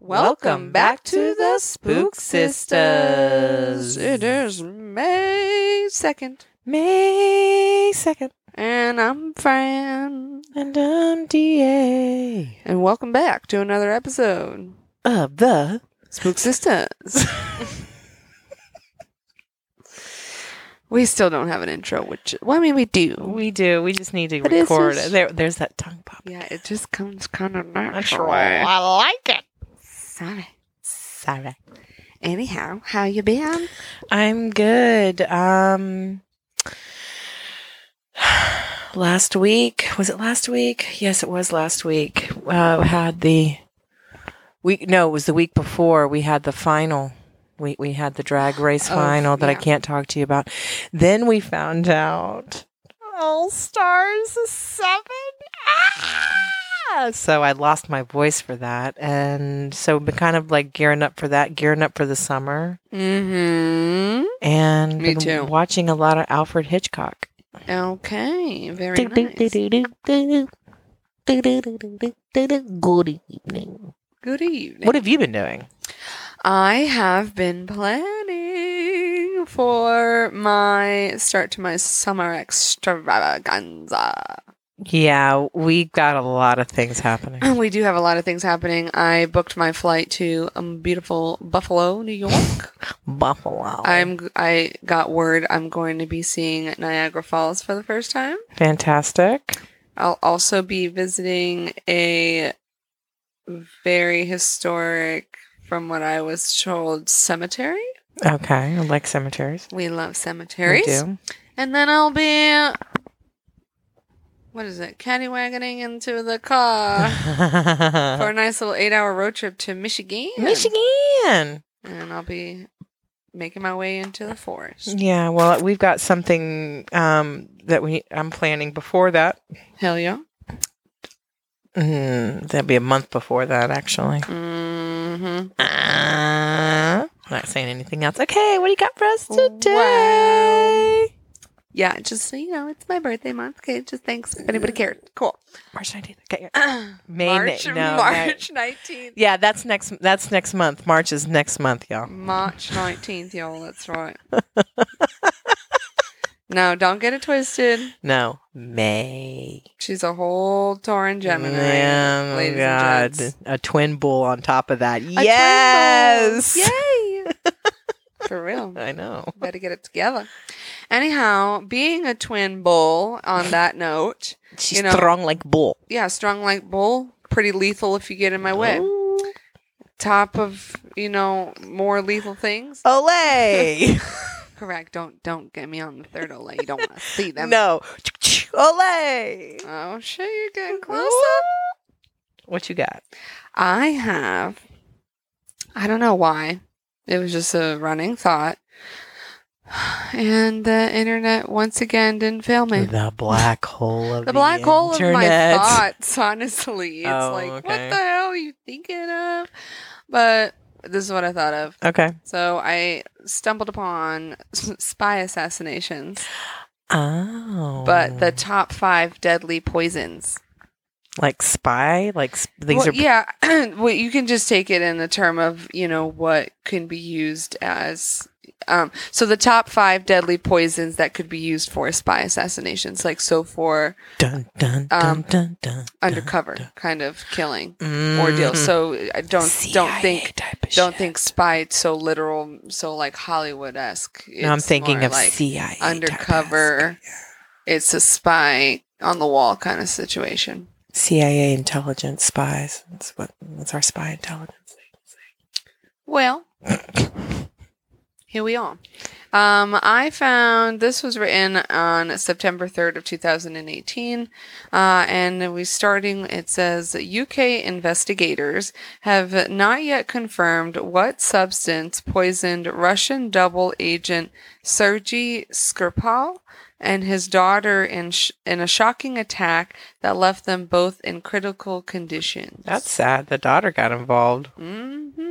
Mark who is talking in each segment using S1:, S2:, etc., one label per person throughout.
S1: Welcome back to the Spook Sisters. It is May 2nd,
S2: May 2nd.
S1: and I'm Fran.
S2: And I'm DA
S1: And welcome back to another episode.
S2: of the.
S1: Spook Sisters. we still don't have an intro, which, well, I mean, we do.
S2: We do. We just need to
S1: But it's
S2: record
S1: just-
S2: it. There, there's that tongue pop.
S1: Yeah, it just comes kind of natural.
S2: I like it.
S1: Sorry.
S2: Sorry.
S1: Anyhow, how you been?
S2: I'm good. Um, last week was it last week? Yes, it was last week. Uh, we had the week? No, it was the week before. We had the final. We we had the drag race
S1: Oh,
S2: final that I
S1: yeah.
S2: can't talk to you about. Then we found out All Stars is seven. Ah! So I lost my voice for that, and so we've been kind of like gearing up for that, gearing up for the summer
S1: Mm-hmm.
S2: and
S1: Me
S2: been
S1: too.
S2: watching a lot of Alfred Hitchcock.
S1: Okay, very nice.
S2: Good evening.
S1: Good evening.
S2: What have you been doing?
S1: I have been planning for my start to my summer extravaganza.
S2: Yeah, we got a lot of things happening.
S1: We do have a lot of things happening. I booked my flight to um, beautiful Buffalo, New York.
S2: Buffalo.
S1: I'm I got word I'm going to be seeing Niagara Falls for the first time.
S2: fantastic.
S1: I'll also be visiting a very historic, from what I was told, cemetery.
S2: Okay, I like cemeteries.
S1: We love
S2: We
S1: cemeteries.
S2: do.
S1: And then I'll be. What is it? Cattywagoning into the car
S2: uh,
S1: for a nice little eight hour road trip to Michigan.
S2: Michigan.
S1: And I'll be making my way into the forest.
S2: Yeah, well, we've got something um, that we I'm planning before that.
S1: Hell yeah.
S2: Mm, that'd be a month before that, actually.
S1: Mm-hmm.
S2: Uh, I'm not saying anything else. Okay, what do you got for us
S1: Wow. Yeah, just so you know, it's my birthday month. Okay, just thanks if anybody cared. Cool.
S2: March 19th. Okay. May
S1: March,
S2: ni- Mm. no,
S1: March 19th.
S2: Yeah, that's next. That's next month. March is next month, y'all.
S1: March 19th, y'all. That's right. no, don't get it twisted.
S2: No, May.
S1: She's a whole Tauran Gemini,
S2: Man, oh
S1: ladies and
S2: God,
S1: gents.
S2: a twin bull on top of that.
S1: A
S2: yes.
S1: twin bull. Yay! For real.
S2: I know.
S1: Better get it together. Anyhow, being a twin bull, on that note,
S2: She's
S1: You know-
S2: strong like bull.
S1: yeah, strong like bull, pretty lethal if you get in my way.
S2: Ooh.
S1: Top of, you know, more lethal things.
S2: Olay.
S1: Correct. Don't don't get me on the third ole. You don't want to see them.
S2: no. Olay.
S1: Oh shit, you're getting close up.
S2: What you got?
S1: I have, I don't know why, it was just a running thought. And the internet once again didn't fail me.
S2: The black hole of
S1: The black hole of my
S2: internet.
S1: thoughts, honestly. It's
S2: Oh,
S1: like,
S2: okay.
S1: what the hell are you thinking of? But this is what I thought of.
S2: Okay.
S1: So I stumbled upon spy assassinations,
S2: Oh.
S1: but the top five deadly poisons.
S2: like spy, like sp- these
S1: Well,
S2: are
S1: yeah. well, you can just take it in the term of you know what can be used as. Um, so the top five deadly poisons that could be used for spy assassinations, like so for
S2: dun dun
S1: um,
S2: dun dun dun
S1: undercover kind of killing
S2: dun.
S1: ordeal.
S2: Mm.
S1: So I don't don't
S2: CIA
S1: think
S2: type of
S1: don't
S2: shit.
S1: think spy so literal so like Hollywood esque.
S2: No, I'm thinking of CIA type esque.
S1: undercover. It's a spy on the wall kind of situation.
S2: CIA intelligence spies. That's what that's our spy intelligence.
S1: Well, here we are. Um, I found this was written on September 3rd of 2018, uh, and we starting. It says UK investigators have not yet confirmed what substance poisoned Russian double agent Sergei Skripal and his daughter in sh- in a shocking attack that left them both in critical condition.
S2: That's sad. The daughter got involved.
S1: Mm-hmm.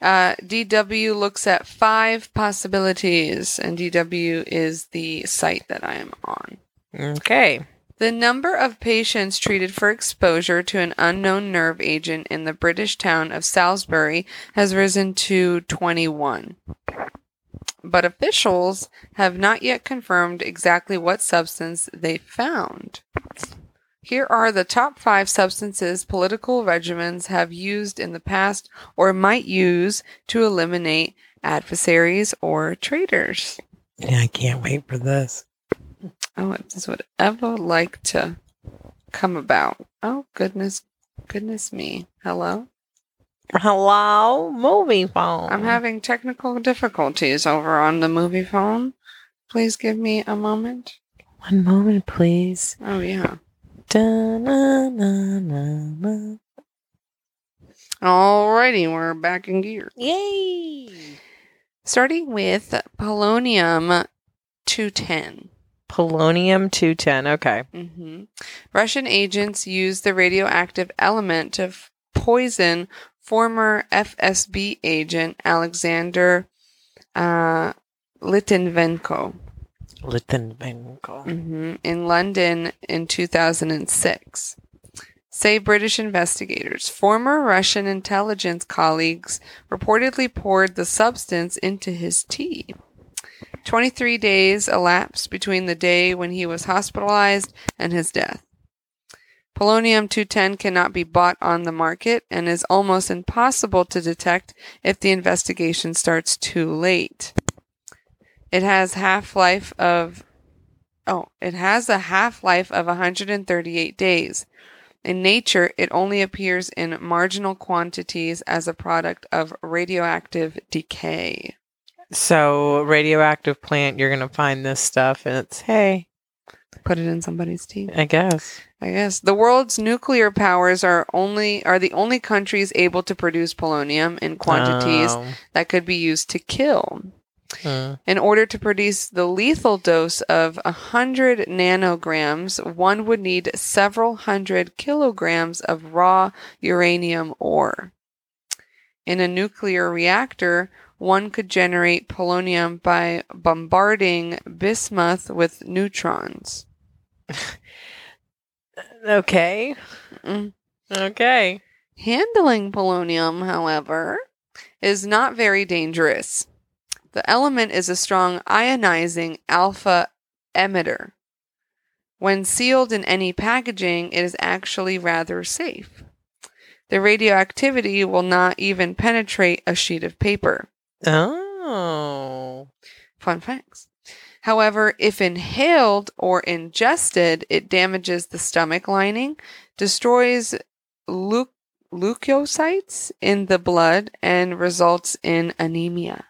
S1: Uh, DW looks at five possibilities, and DW is the site that I am on.
S2: Okay.
S1: The number of patients treated for exposure to an unknown nerve agent in the British town of Salisbury has risen to 21. But officials have not yet confirmed exactly what substance they found. Here are the top five substances political regimens have used in the past or might use to eliminate adversaries or traitors.
S2: Yeah, I can't wait for this.
S1: Oh, if this would ever like to come about. Oh, goodness, goodness me. Hello?
S2: Hello, movie phone.
S1: I'm having technical difficulties over on the movie phone. Please give me a moment.
S2: one moment, please.
S1: Oh, yeah.
S2: Da-na-na-na-na.
S1: Alrighty, we're back in gear.
S2: Yay!
S1: Starting with polonium 210.
S2: Polonium two ten. Okay.
S1: hmm Russian agents used the radioactive element to f- poison former FSB agent Alexander uh, Litvinenko
S2: Litvinenko.
S1: hmm in London in 2006. Say British investigators, former Russian intelligence colleagues reportedly poured the substance into his tea. 23 days elapsed between the day when he was hospitalized and his death. Polonium 210 cannot be bought on the market and is almost impossible to detect if the investigation starts too late. It has half-life of Oh, it has a half life of 138 days. In nature, it only appears in marginal quantities as a product of radioactive decay.
S2: So radioactive plant, you're gonna find this stuff, and it's hey,
S1: Put it in somebody's tea.
S2: I guess.
S1: I guess the world's nuclear powers are only are the only countries able to produce polonium in quantities
S2: Oh.
S1: that could be used to kill.
S2: Mm.
S1: In order to produce the lethal dose of 100 nanograms, one would need several hundred kilograms of raw uranium ore. In a nuclear reactor, one could generate polonium by bombarding bismuth with neutrons.
S2: Okay.
S1: Mm.
S2: Okay.
S1: Handling polonium, however, is not very dangerous. The element is a strong ionizing alpha emitter. When sealed in any packaging, it is actually rather safe. The radioactivity will not even penetrate a sheet of paper.
S2: Oh.
S1: Fun facts. However, if inhaled or ingested, it damages the stomach lining, destroys leu- leukocytes in the blood, and results in anemia.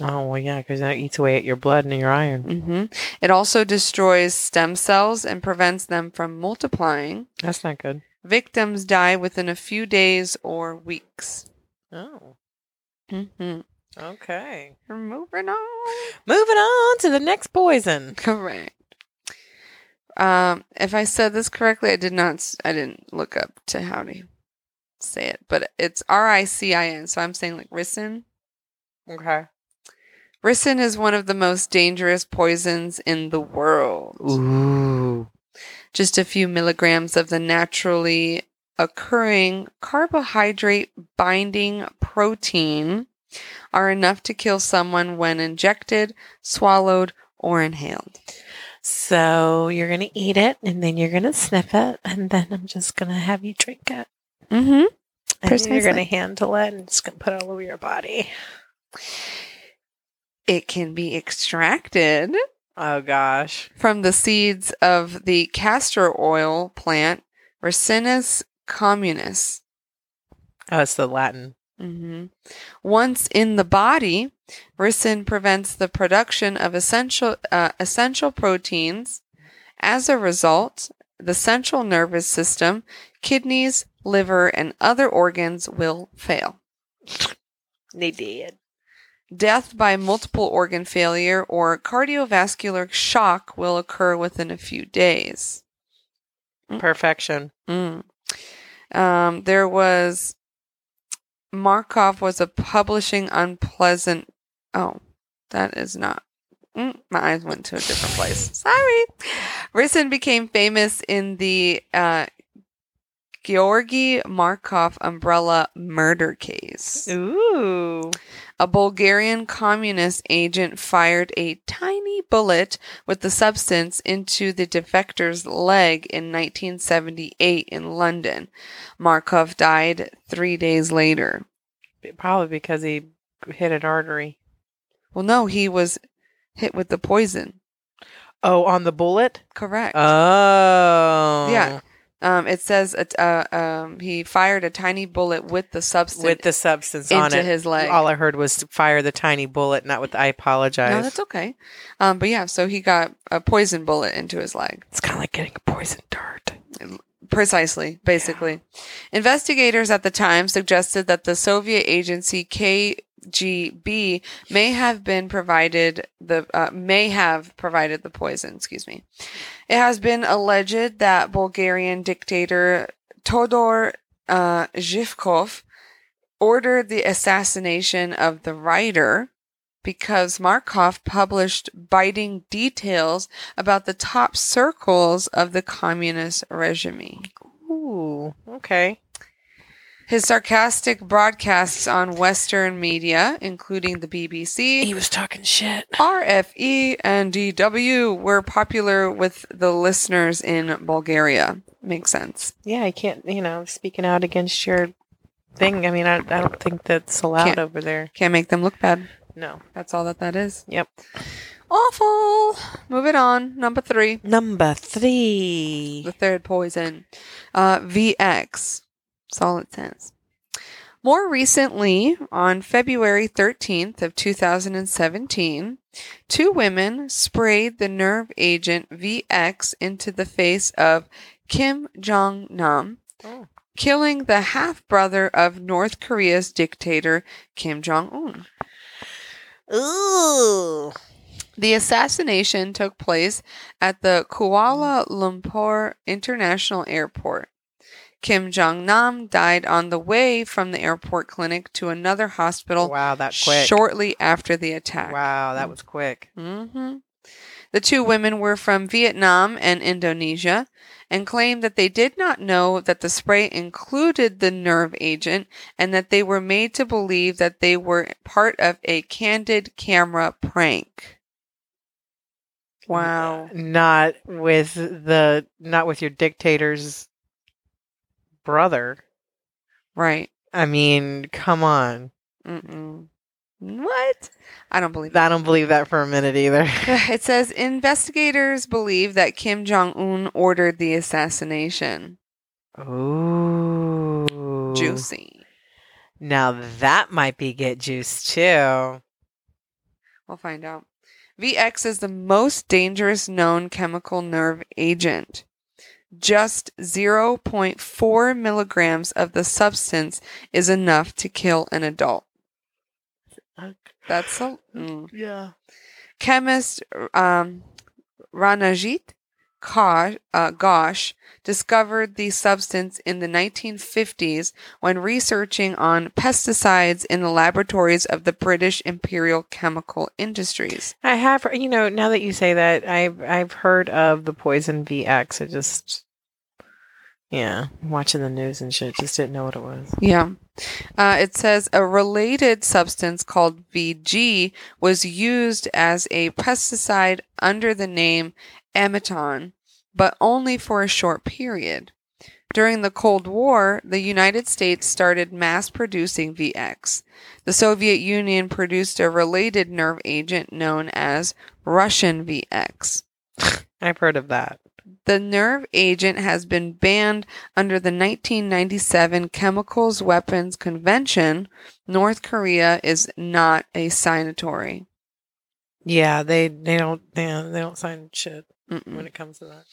S2: Oh well, yeah, because that eats away at your blood and your iron.
S1: hmm It also destroys stem cells and prevents them from multiplying.
S2: That's not good.
S1: Victims die within a few days or weeks.
S2: Oh.
S1: hmm
S2: Okay.
S1: Moving on.
S2: Moving on to the next poison.
S1: Correct. Um, if I said this correctly, I did not. s- I didn't look up to how to say it, but it's R I C I N. So I'm saying like ricin.
S2: Okay.
S1: Ricin is one of the most dangerous poisons in the world.
S2: Ooh.
S1: Just a few milligrams of the naturally occurring carbohydrate binding protein are enough to kill someone when injected, swallowed, or inhaled.
S2: So you're gonna eat it, and then you're gonna sniff it, and then I'm just gonna have you drink it,
S1: Mm-hmm.
S2: and you're
S1: Precisely.
S2: gonna handle it, and it's gonna put it all over your body.
S1: It can be extracted
S2: Oh gosh.
S1: from the seeds of the castor oil plant Ricinus communis.
S2: Oh, it's the Latin.
S1: Mhm. Once in the body, ricin prevents the production of essential uh, essential proteins. As a result, the central nervous system, kidneys, liver, and other organs will fail.
S2: They did.
S1: Death by multiple organ failure or cardiovascular shock will occur within a few days.
S2: Perfection.
S1: Mm. Um, there was Markov was a publishing unpleasant. Oh, that is not. Mm, my eyes went to a different place. Sorry. Risen became famous in the uh, Georgi Markov umbrella murder case.
S3: Ooh.
S1: A Bulgarian communist agent fired a tiny bullet with the substance into the defector's leg in 1978 in London. Markov died three days later.
S2: Probably because he hit an artery.
S1: Well, no, he was hit with the poison.
S2: Oh, on the bullet?
S1: Correct.
S2: Uh, Oh.
S1: Yeah. um, it says uh, uh, um, he fired a tiny bullet with the substance
S2: With the substance on
S1: into
S2: it.
S1: his leg.
S2: All I heard was to fire the tiny bullet, not with I apologize.
S1: no, that's okay. Um, but yeah, so he got a poison bullet into his leg.
S2: it's kind of like getting a poison dart.
S1: Precisely, basically. Investigators at the time suggested that the Soviet agency KGB may have been provided the uh, may have provided the poison, excuse me. It has been alleged that Bulgarian dictator Todor uh, Zhivkov ordered the assassination of the writer because Markov published biting details about the top circles of the communist regime.
S2: Ooh. Okay.
S1: His sarcastic broadcasts on Western media, including the BBC,
S2: was talking shit.
S1: RFE, E, and DW, were popular with the listeners in Bulgaria. Makes sense.
S2: Yeah, I can't, you know, speaking out against your thing. I mean, I, I don't think that's allowed
S1: Can't.
S2: over there.
S1: Can't make them look bad.
S2: No.
S1: That's all that that is.
S2: Yep.
S1: Awful. Moving on. Number three.
S2: Number three.
S1: The third poison, uh, VX, solid sense. More recently, on February 13th of 2017, two women sprayed the nerve agent VX into the face of Kim Jong Nam,
S2: Oh.
S1: killing the half brother of North Korea's dictator Kim Jong Un.
S2: Ooh.
S1: The assassination took place at the Kuala Lumpur International Airport. Kim Jong Nam died on the way from the airport clinic to another hospital
S2: Wow, that quick.
S1: shortly after the attack.
S2: Wow, that was quick.
S1: hmm The two women were from Vietnam and Indonesia and claimed that they did not know that the spray included the nerve agent and that they were made to believe that they were part of a candid camera prank. Wow.
S2: Not with the not with your dictator's brother.
S1: Right.
S2: I mean, come on.
S1: Mm-mm. What? I don't believe that.
S2: I don't believe that for a minute either.
S1: It says investigators believe that Kim Jong Un ordered the assassination.
S2: Ooh.
S1: Juicy.
S2: Now that might be get juice too.
S1: We'll find out. VX is the most dangerous known chemical nerve agent. Just 0.4 milligrams of the substance is enough to kill an adult. That's a mm.
S2: Uh, Yeah.
S1: chemist um, Ranajit Ka- uh, Ghosh discovered the substance in the 1950s when researching on pesticides in the laboratories of the British Imperial Chemical Industries.
S2: I have, you know, now that you say that, I've I've heard of the poison VX. I just, yeah, watching the news and shit, just didn't know what it was.
S1: Yeah. Uh, it says a related substance called VG was used as a pesticide under the name Amiton, but only for a short period. During the Cold War, the United States started mass producing VX. The Soviet Union produced a related nerve agent known as Russian VX.
S2: I've heard of that.
S1: The nerve agent has been banned under the 1997 Chemicals Weapons Convention. North Korea is not a signatory.
S2: Yeah, they they don't yeah, they don't sign shit
S1: Mm-mm.
S2: when it comes to that.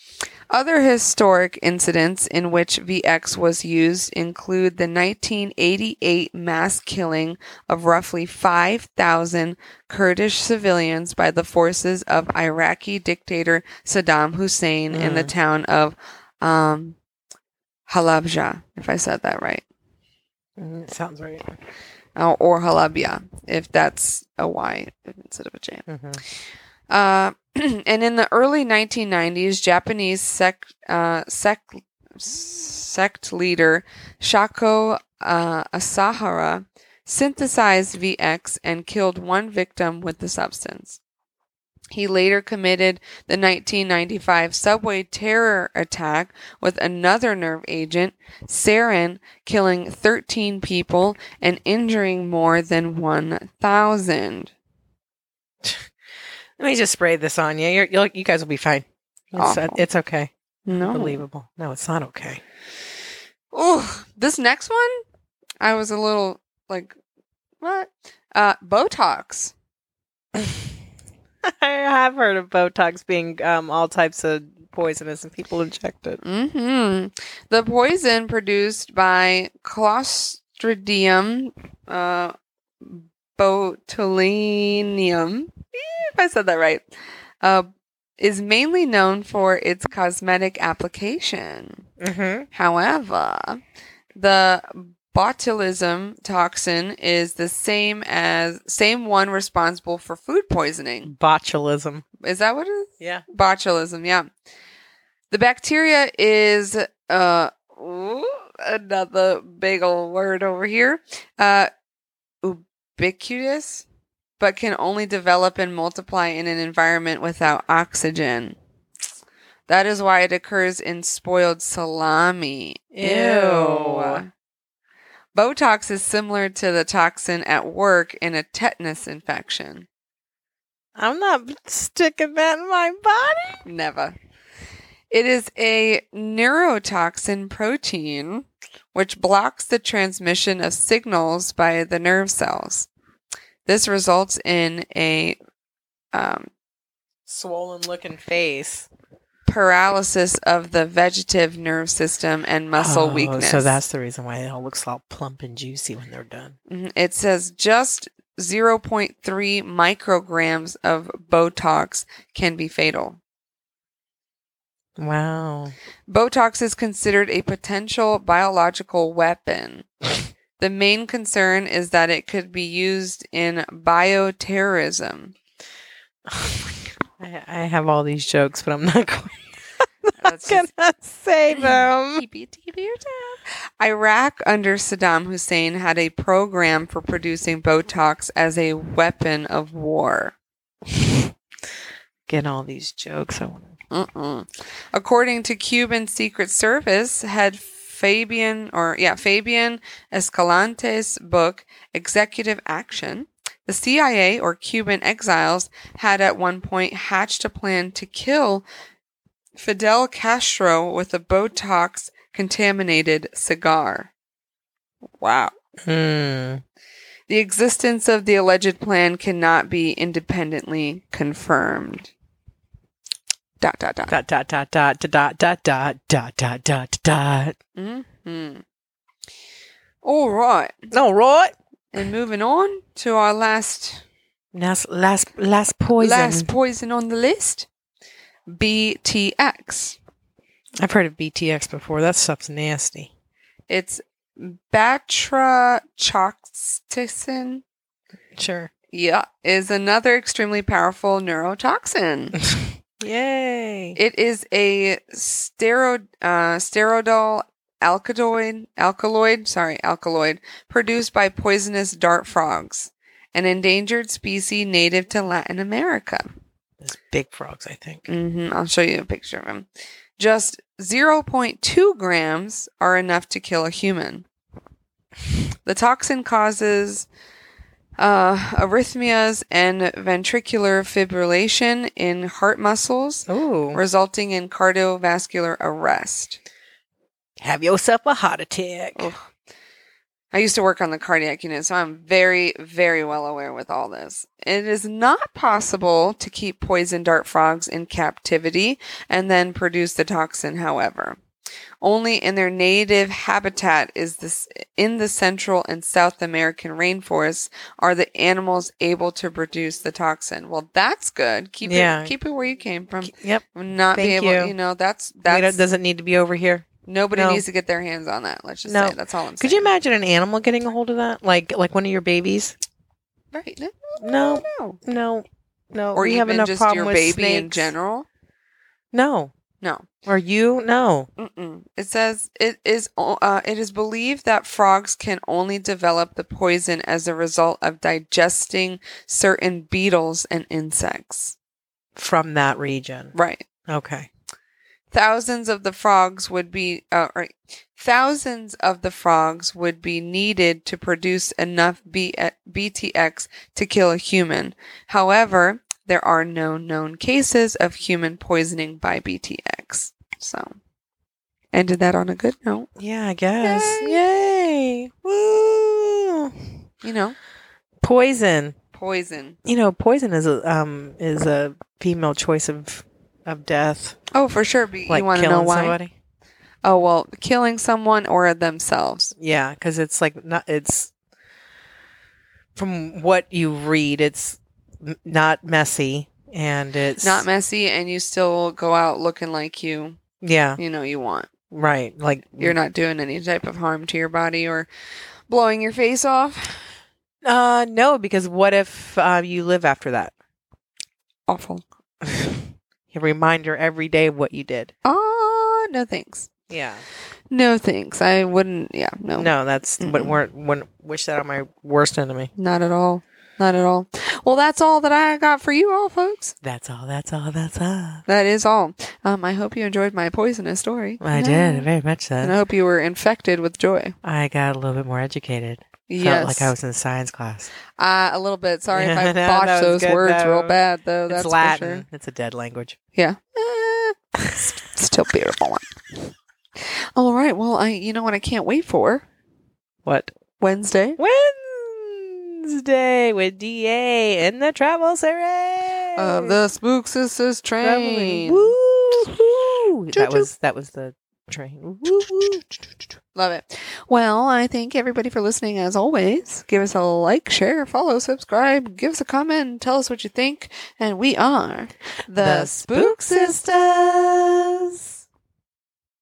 S1: Other historic incidents in which VX was used include the 1988 mass killing of roughly 5,000 Kurdish civilians by the forces of Iraqi dictator Saddam Hussein in the town of um, Halabja, if I said that right,
S2: Mm, it sounds right.
S1: Uh, or, or Halabja, if that's a Y instead of a J.
S2: Mm-hmm.
S1: Uh, and in the early 1990s, Japanese sect uh, sect sect leader Shako uh, Asahara synthesized VX and killed one victim with the substance. He later committed the 1995 subway terror attack with another nerve agent, sarin, killing 13 people and injuring more than 1,000.
S2: Let me just spray this on you. You're, you'll, you guys will be fine. It's, uh,
S1: Awful.
S2: it's okay. Oh.
S1: No.
S2: Unbelievable. No, it's not okay.
S1: Oh, this next one, I was a little like, what? Uh, Botox.
S2: I have heard of Botox being um, all types of poisonous and people inject it.
S1: hmm The poison produced by Clostridium uh, botulinum, eh, if I said that right, uh, is mainly known for its cosmetic application.
S2: Mm-hmm.
S1: However, the botulism toxin is the same as same one responsible for food poisoning.
S2: Botulism.
S1: Is that what it is?
S2: Yeah.
S1: Botulism, yeah. The bacteria is uh ooh, another big old word over here. Uh ubiquitous, but can only develop and multiply in an environment without oxygen. That is why it occurs in spoiled salami.
S2: Ew.
S1: Botox is similar to the toxin at work in a tetanus infection.
S2: I'm not sticking that in my body.
S1: Never. It is a neurotoxin protein which blocks the transmission of signals by the nerve cells. This results in a um,
S2: Swollen looking face.
S1: paralysis of the vegetative nerve system and muscle
S2: Oh,
S1: weakness.
S2: So that's the reason why it all looks all plump and juicy when they're done.
S1: Mhm. It says just 0.3 micrograms of Botox can be fatal.
S2: Wow.
S1: Botox is considered a potential biological weapon. the main concern is that it could be used in bioterrorism.
S2: I, I have all these jokes, but I'm not going
S1: That's
S2: to
S1: just-
S2: say them.
S1: Keep it- keep it your tab. Iraq under Saddam Hussein had a program for producing Botox as a weapon of war.
S2: Get all these jokes. I want
S1: Mm-mm. According to Cuban Secret Service head Fabian or yeah Fabian Escalante's book Executive Action, the CIA or Cuban exiles had at one point hatched a plan to kill Fidel Castro with a Botox contaminated cigar. Wow.
S2: Mm.
S1: The existence of the alleged plan cannot be independently confirmed. Dot dot dot.
S2: Dot dot dot dot dot dot dot dot dot dot dot.
S1: Mm-hmm. All right.
S2: No, right.
S1: And moving on to our last
S2: Last last last poison.
S1: last poison on the list. BTX.
S2: I've heard of BTX before. That stuff's nasty.
S1: It's batrachoxicin.
S2: Sure.
S1: Yeah, is another extremely powerful neurotoxin.
S2: Yay.
S1: It is a stero, uh, sterodol alkaloid, alkaloid, sorry, alkaloid, produced by poisonous dart frogs, an endangered species native to Latin America.
S2: Those big frogs, I think.
S1: hmm I'll show you a picture of him. Just 0.2 grams are enough to kill a human. The toxin causes uh, arrhythmias and ventricular fibrillation in heart muscles,
S2: Ooh.
S1: resulting in cardiovascular arrest.
S2: Have yourself a heart attack.
S1: Ugh. I used to work on the cardiac unit, so I'm very, very well aware with all this. It is not possible to keep poison dart frogs in captivity and then produce the toxin, however. Only in their native habitat is this in the Central and South American rainforests are the animals able to produce the toxin. Well, that's good. Keep
S2: Yeah.
S1: it keep it where you came from.
S2: Yep.
S1: Not be
S2: Thank
S1: able,
S2: you.
S1: you know, that's
S2: That
S1: that's
S2: doesn't need to be over here.
S1: nobody
S2: no.
S1: needs to get their hands on that. Let's just
S2: No.
S1: say that's all I'm saying.
S2: Could you imagine an animal getting a hold of that? Like like one of your babies?
S1: Right. No.
S2: No.
S1: No.
S2: No. no,
S1: or
S2: we have
S1: even
S2: enough
S1: just
S2: problem
S1: your
S2: with
S1: baby in
S2: snakes.
S1: general.
S2: No,
S1: No.
S2: or you? No.
S1: Mm-mm. It says it is o- uh, it is believed that frogs can only develop the poison as a result of digesting certain beetles and insects.
S2: From that region.
S1: Right.
S2: Okay.
S1: thousands of the frogs would be uh, or thousands of the frogs would be needed to produce enough B- BTX to kill a human. However, there are no known cases of human poisoning by BTX. So, ended that on a good note.
S2: Yeah, I guess.
S1: Yay.
S2: Yay! Woo!
S1: You know,
S2: Poison.
S1: poison.
S2: You know, poison is a um is a female choice of of death.
S1: Oh, for sure. But
S2: Like
S1: you want to
S2: killing
S1: know why?
S2: somebody.
S1: Oh well, killing someone or themselves.
S2: Yeah, because it's like not. It's from what you read, it's m- not messy and it's
S1: Not messy, and you still go out looking like you.
S2: Yeah,
S1: You know you want.
S2: right. Like
S1: you're not doing any type of harm to your body or blowing your face off.
S2: Uh, no, because what if uh, you live after that?
S1: Awful.
S2: you reminder every day of what you did.
S1: Ah, no thanks.
S2: Yeah.
S1: No thanks. I wouldn't. Yeah, no,
S2: No, that's what
S1: Oh. Mm-mm.
S2: weren't. When wish that on my worst enemy.
S1: not at all. Not at all. Well, that's all that I got for you all, folks.
S2: That's all. That's all. That's all.
S1: That is all. Um, I hope you enjoyed my poisonous story.
S2: I did very much
S1: And
S2: so.
S1: I hope you were infected with joy.
S2: I got a little bit more educated.
S1: Yes.
S2: Felt like I was in science class.
S1: uh, a little bit. Sorry if I
S2: No, that
S1: botched
S2: was
S1: those
S2: good,
S1: words
S2: though.
S1: real bad, though. Oh, That's
S2: it's
S1: for
S2: Latin.
S1: sure.
S2: It's a dead language.
S1: Yeah. Eh, still beautiful. All right. Well, I you know what I can't wait for
S2: What
S1: Wednesday.
S2: Wednesday with Da in the travel series
S1: of the Spook Sisters
S2: traveling.
S1: train.
S2: Woo! That
S1: Choo-choo.
S2: was that was the train. Woo-woo.
S1: Love it. Well, I thank everybody for listening as always. Give us a like, share, follow, subscribe, give us a comment, tell us what you think. And we are
S2: The Spook Sisters.